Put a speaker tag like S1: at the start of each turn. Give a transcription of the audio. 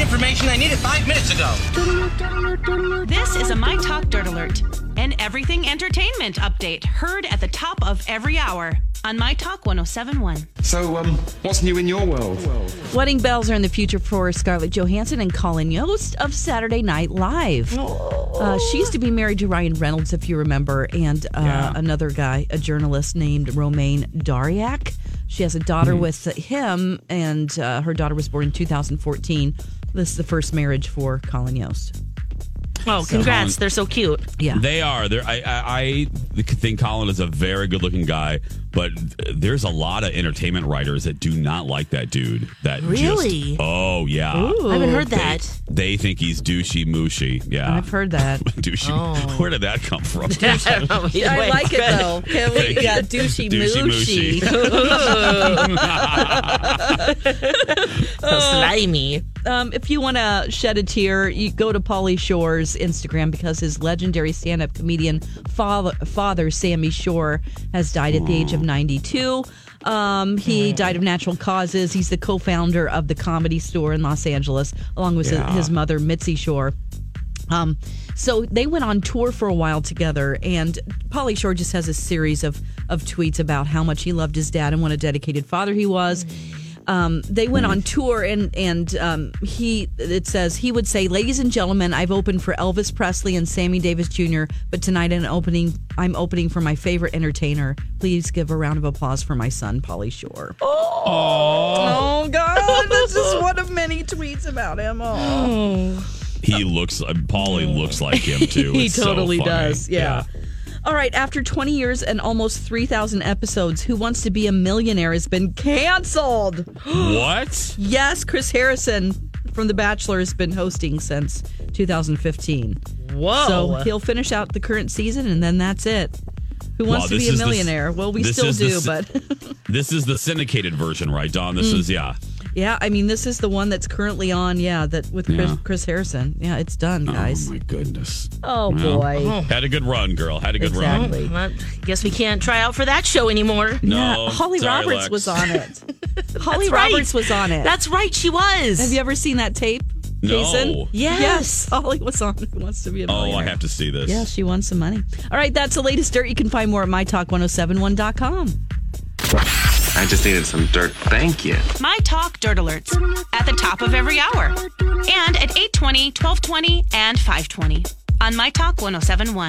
S1: information I needed five minutes ago.
S2: This is a My Talk Dirt Alert, an everything entertainment update heard at the top of every hour on My Talk 1071.
S3: So, um, what's new in your world?
S4: Wedding bells are in the future for Scarlett Johansson and Colin Yost of Saturday Night Live. Uh, she used to be married to Ryan Reynolds, if you remember, and uh, another guy, a journalist named Romaine Dariak. She has a daughter with him, and uh, her daughter was born in 2014. This is the first marriage for Colin Yost.
S5: Oh, congrats! They're so cute.
S4: Yeah.
S6: They are. They're, I, I, I think Colin is a very good looking guy, but there's a lot of entertainment writers that do not like that dude. That just-
S5: Really?
S6: oh, yeah.
S5: I haven't heard
S6: They-
S5: that.
S6: They, think he's douchey mooshy. Yeah.
S4: I've heard that.
S6: douchey.
S4: Oh.
S6: Where did that come from?
S5: I don't know. Either way, it's good.
S4: Can we got douchey
S6: Douchey
S4: mooshy.
S5: So
S4: Uh,
S5: slimy.
S4: um, if you want to shed a tear, you go to Pauly Shore's Instagram because his legendary stand-up comedian father, father Sammy Shore has died at the age of 92. Um, he died of natural causes. He's the co-founder of the Comedy Store in Los Angeles, along with his- his mother Mitzi Shore. Um, so they went on tour for a while together, and Polly Shore just has a series of of tweets about how much he loved his dad and what a dedicated father he was. Um, they went on tour, and and um, he it says he would say, "Ladies and gentlemen, I've opened for Elvis Presley and Sammy Davis Jr., but tonight I'm opening I'm opening for my favorite entertainer. Please give a round of applause for my son, Polly Shore." Oh, God, this is one of many tweets about him. Oh.
S6: he looks, uh, Paulie looks like him too.
S4: he
S6: It's so
S4: totally
S6: funny.
S4: does. Yeah. All right, after 20 years and almost 3,000 episodes, Who Wants to Be a Millionaire has been canceled.
S6: What?
S4: Yes, Chris Harrison from The Bachelor has been hosting since 2015.
S5: Whoa.
S6: Oh.
S4: So he'll finish out the current season and then that's it. Who
S6: Wow,
S4: Wants to
S6: this
S4: Be a
S6: is the s-
S4: Millionaire? well, we
S6: this
S4: still
S6: is the
S4: do,
S6: s-
S4: but
S6: This is the syndicated version, right, Don? This
S4: Mm.
S6: is, yeah.
S4: yeah, I mean, this is the one that's currently on, yeah, that with Chris,
S6: Yeah.
S4: Chris Harrison. Yeah, it's done, guys.
S6: Oh, my goodness.
S4: Oh,
S6: Well,
S4: boy.
S6: Had a good run, girl. Had a good run.
S4: Exactly.
S5: Well, guess we can't try out for that show anymore.
S6: No.
S4: yeah, Holly
S6: sorry,
S4: Roberts
S6: Lex.
S4: was on it. Holly
S5: That's right.
S4: Roberts was on it.
S5: That's right, she was.
S4: Have you ever seen that tape,
S6: No.
S4: Jason?
S5: Yes.
S4: Holly was on Who Wants to Be a
S6: Oh,
S4: Millionaire.
S6: I have to see this.
S4: Yeah, she won some money. All right, that's the latest dirt. You can find more at mytalk1071.com.
S7: I just needed some dirt. Thank you.
S2: My Talk Dirt Alerts at the top of every hour and at 820, 1220, and 520 on My Talk 1071.